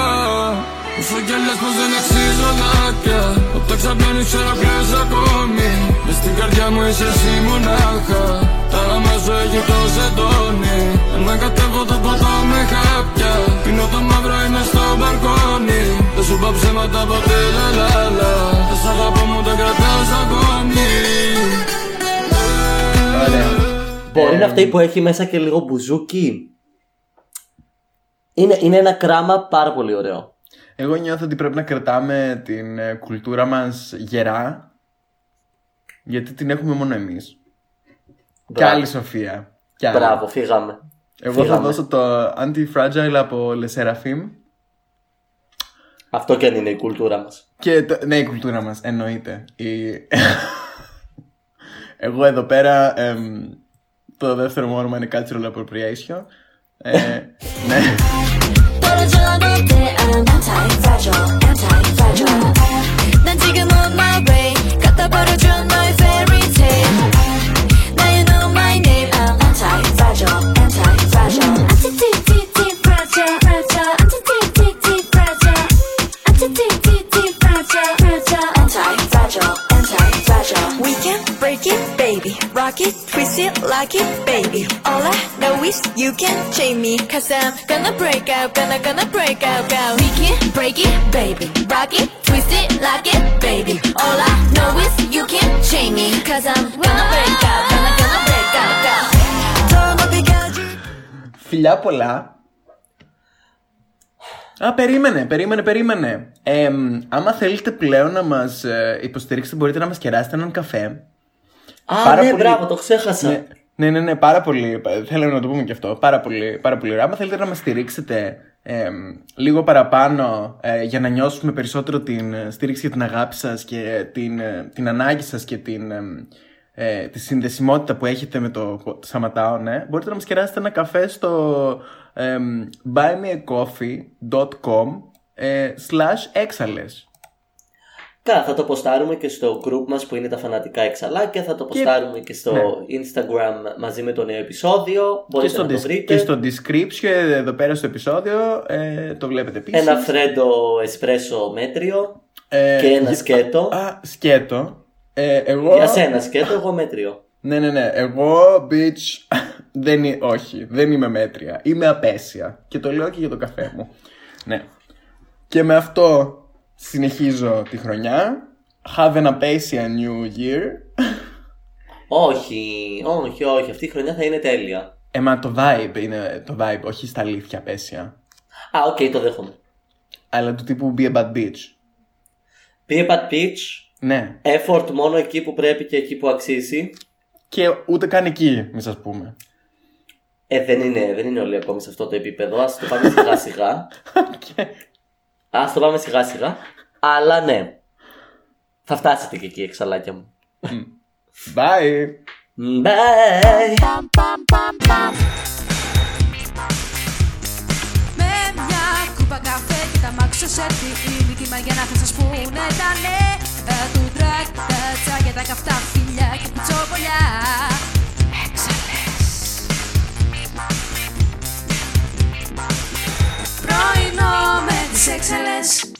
D: Όσο κι αν λες πως δεν αξίζω δάκρυα Όταν ξαπλώνεις ξέρω κλαις ακόμη Μες στην καρδιά μου είσαι εσύ μονάχα Τα μάζω έχει το ζετόνι Ανακατεύω το ποτό με χάπια Πίνω το μαύρο είμαι στο μπαλκόνι Δεν σου είπα ψέματα ποτέ λα λα λα Τα σ' αγαπώ μου τα κρατάω σ' ακόμη
B: ωραία.
C: Μπορεί
B: Ε,
C: να αυτή που έχει μέσα και λίγο μπουζούκι. Είναι, είναι ένα κράμα πάρα πολύ ωραίο.
B: Εγώ νιώθω ότι πρέπει να κρατάμε την ε, κουλτούρα μας γερά γιατί την έχουμε μόνο εμείς. Κι
C: Μπράβο.
B: άλλη Σοφία. Κι άλλη.
C: Μπράβο, φύγαμε.
B: Εγώ θα
C: φύγαμε.
B: δώσω το Anti-Fragile από Le Serafim.
C: Αυτό και αν είναι η κουλτούρα μας.
B: Και το... Ναι, η κουλτούρα μας, εννοείται. Η... Εγώ εδώ πέρα εμ, το δεύτερο μου όνομα είναι Cultural Appropriation. Ε, ναι.
E: What a job I did, I'm anti-fragile, anti-fragile. 난 지금 on my way, 갖다 버려준 너의 fairy tale. Now you know my name, I'm anti-fragile, anti-fragile. Anti-fragile, fragile, anti-fragile. Anti-fragile, fragile, anti-fragile, anti-fragile.
F: We can break it, baby. Rock it, twist it, lock it, baby. All I know is you can chain me. Cause I'm gonna break out, gonna, gonna break out, out.
E: We can break it, baby. Rock it, twist it, lock it, baby. All I know is you can't chain me. Cause I'm gonna break out, gonna, gonna break out, out.
F: 더 높이 가지.
B: Φιλιά πολλά. Α, περίμενε, περίμενε, περίμενε. Ε, μ, άμα θέλετε πλέον να μας ε, υποστηρίξετε, μπορείτε να μας κεράσετε έναν καφέ.
C: Α,
B: Πάρα
C: ναι,
B: πολύ.
C: μπράβο, το ξέχασα.
B: Ναι, ναι, ναι, ναι, πάρα πολύ. ε, Θέλαμε να το πούμε και αυτό. Πάρα πολύ, πάρα πολύ. ωραία. Άμα θέλετε να μας στηρίξετε ε, μ, λίγο παραπάνω ε, για να νιώσουμε περισσότερο την ε, στήριξη και την αγάπη σας και την, ε, την ανάγκη σας και την, ε, μ, ε, τη συνδεσιμότητα που έχετε με το, το Σαματάω, ναι, μπορείτε να μας κεράσετε ένα καφέ στο ε, μ, buymeacoffee.com ε, slash έξαλες.
C: Καλά, θα το ποστάρουμε και στο group μας που είναι τα φανατικά εξαλάκια, θα το ποστάρουμε και, στο
B: ναι.
C: Instagram μαζί με το νέο επεισόδιο,
B: Και
C: μπορείτε
B: στο,
C: να το
B: dis-
C: βρείτε.
B: και στο description ε, εδώ πέρα στο επεισόδιο ε, το βλέπετε επίσης.
C: Ένα φρέντο εσπρέσο μέτριο
B: Ε,
C: και ένα σκέτο.
B: Α, σκέτο. Ε, εγώ.
C: Για σένα σκέτο, εγώ μέτριο.
B: Ναι, ναι, ναι. Εγώ, bitch, δεν, εί- όχι, δεν είμαι μέτρια. Είμαι απέσια. Και το λέω και για το καφέ μου. ναι. Και με αυτό συνεχίζω τη χρονιά. Have an apacia new year.
C: Όχι, όχι, όχι. Αυτή η χρονιά θα είναι τέλεια.
B: Ε, μα το vibe είναι το vibe, όχι στα αλήθεια απέσια.
C: Α, οκ, το δέχομαι.
B: Αλλά του τύπου be a bad bitch.
C: Be a bad bitch.
B: Ναι.
C: Effort μόνο εκεί που πρέπει και εκεί που αξίζει.
B: Και ούτε καν εκεί, μη σας πούμε.
C: Ε, δεν είναι, δεν είναι όλοι ακόμη σε αυτό το επίπεδο. Ας το πάμε σιγά σιγά.
B: Και-
C: Ας το πάμε σιγά σιγά. Αλλά ναι. Θα φτάσετε και εκεί, εξαλάκια μου.
B: Bye.
C: Bye!
E: Με μια κούπα καφέ και τα μάξω σε φίλη Κύμα για να θα σας πούνε τα νέα Ε, του τρακ Τα τσάκια, τα καυτά φιλιά και κουτσόπολιά Έξαλλες Πρωινό με τις έξαλλες